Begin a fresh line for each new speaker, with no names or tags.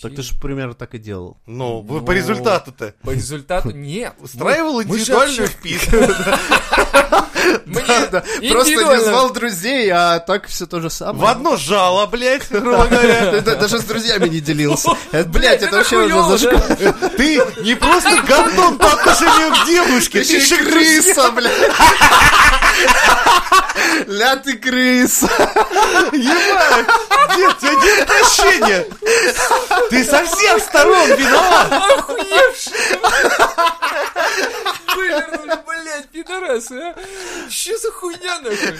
Так ты же примерно так и делал.
Ну,
Ну,
по результату-то.
По результату нет.
Устраивал
ну, Мы- мы же
индивидуальную
общались.
вписку.
Мне
Да, Просто не
индивидуально.
звал друзей, а так все то же самое.
В одно жало, блядь, грубо говоря.
Ты да- даже с друзьями не делился. Это,
Блядь,
Блядь, это вообще уже
хуёво,
зашквар.
да.
Ты не просто говном по отношению к девушке, ты еще крыса.
блядь. Ля ты крыса.
Ебать. Нет, у тебя нет прощения. Ты со всех сторон виноват.
Охуевшие. Вывернули, блядь, пидорасы, а. Что за хуйня, нахуй?